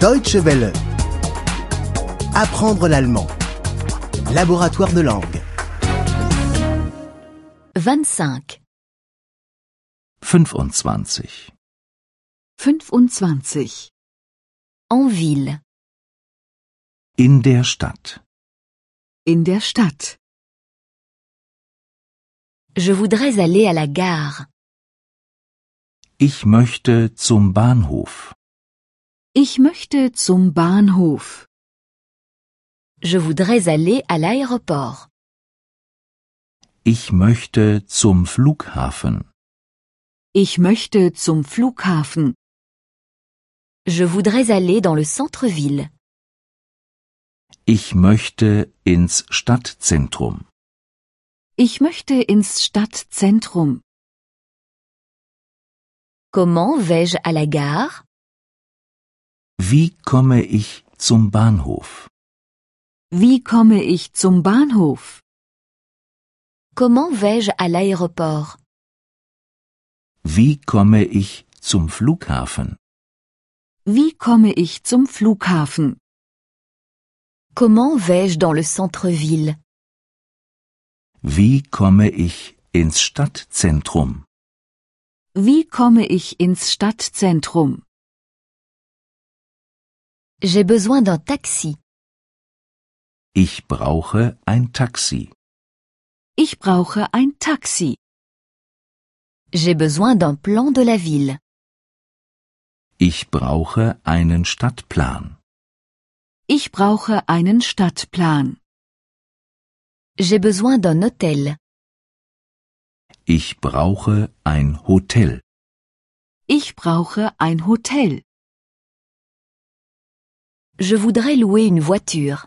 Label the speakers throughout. Speaker 1: Deutsche Welle. Apprendre l'allemand. Laboratoire de langue.
Speaker 2: 25.
Speaker 3: 25.
Speaker 4: 25.
Speaker 2: En ville.
Speaker 3: In der Stadt.
Speaker 4: In der Stadt.
Speaker 2: Je voudrais aller à la gare.
Speaker 3: Ich möchte zum Bahnhof.
Speaker 4: Ich möchte zum Bahnhof.
Speaker 2: Je voudrais aller à l'aéroport.
Speaker 3: Ich möchte zum Flughafen.
Speaker 4: Ich möchte zum Flughafen.
Speaker 2: Je voudrais aller dans le centre-ville.
Speaker 3: Ich möchte ins Stadtzentrum.
Speaker 4: Ich möchte ins Stadtzentrum.
Speaker 2: Comment vais-je à la gare
Speaker 3: Wie komme ich zum Bahnhof?
Speaker 4: Wie komme ich zum Bahnhof?
Speaker 2: Comment vais-je à l'aéroport
Speaker 3: Wie komme ich zum Flughafen?
Speaker 4: Wie komme ich zum Flughafen?
Speaker 2: Comment vais-je dans le centre-ville
Speaker 3: Wie komme ich ins Stadtzentrum?
Speaker 4: Wie komme ich ins Stadtzentrum?
Speaker 2: J'ai besoin d'un taxi.
Speaker 3: Ich brauche ein Taxi.
Speaker 4: Ich brauche ein Taxi.
Speaker 2: J'ai besoin d'un plan de la ville.
Speaker 3: Ich brauche einen Stadtplan.
Speaker 4: Ich brauche einen Stadtplan.
Speaker 2: J'ai besoin d'un hôtel.
Speaker 3: Ich brauche ein Hotel.
Speaker 4: Ich brauche ein Hotel.
Speaker 2: Je voudrais louer une voiture.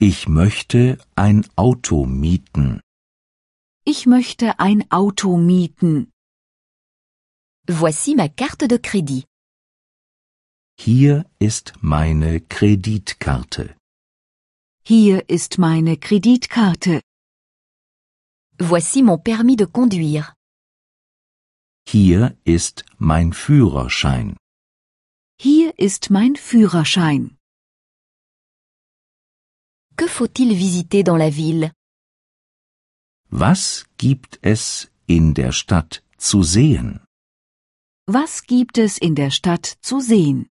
Speaker 3: Ich möchte ein Auto mieten.
Speaker 4: Ich möchte ein Auto mieten.
Speaker 2: Voici ma carte de crédit.
Speaker 3: Hier ist meine Kreditkarte.
Speaker 4: Hier ist meine Kreditkarte.
Speaker 2: Voici mon permis de conduire.
Speaker 3: Hier ist mein Führerschein.
Speaker 4: Hier ist mein Führerschein.
Speaker 2: Que faut-il visiter dans la ville
Speaker 3: Was gibt es in der Stadt zu sehen?
Speaker 4: Was gibt es in der Stadt zu sehen?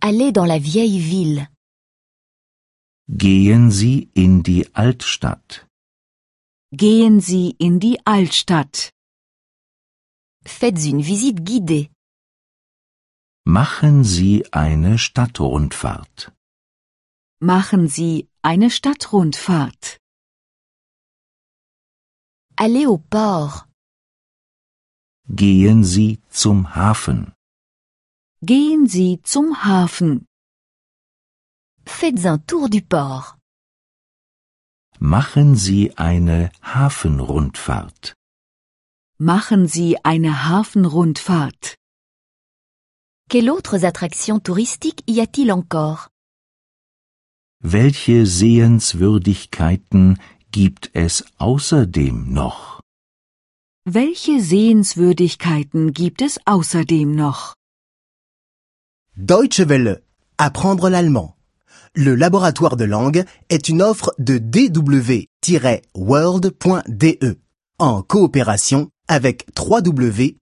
Speaker 2: Aller dans la vieille ville.
Speaker 3: Gehen Sie in die Altstadt.
Speaker 4: Gehen Sie in die Altstadt.
Speaker 2: Faites une visite guidée.
Speaker 3: Machen Sie eine Stadtrundfahrt.
Speaker 4: Machen Sie eine Stadtrundfahrt.
Speaker 2: Aller au port.
Speaker 3: Gehen Sie zum Hafen.
Speaker 4: Gehen Sie zum Hafen.
Speaker 2: Faites un tour du port.
Speaker 3: Machen Sie eine Hafenrundfahrt.
Speaker 4: Machen Sie eine Hafenrundfahrt.
Speaker 2: Quelles autres attractions touristiques y a-t-il encore
Speaker 3: Welche Sehenswürdigkeiten gibt es außerdem noch?
Speaker 4: Welche Sehenswürdigkeiten gibt es außerdem noch?
Speaker 1: Deutsche Welle. Apprendre l'allemand. Le laboratoire de langue est une offre de dw-world.de E en coopération avec www.book2.de.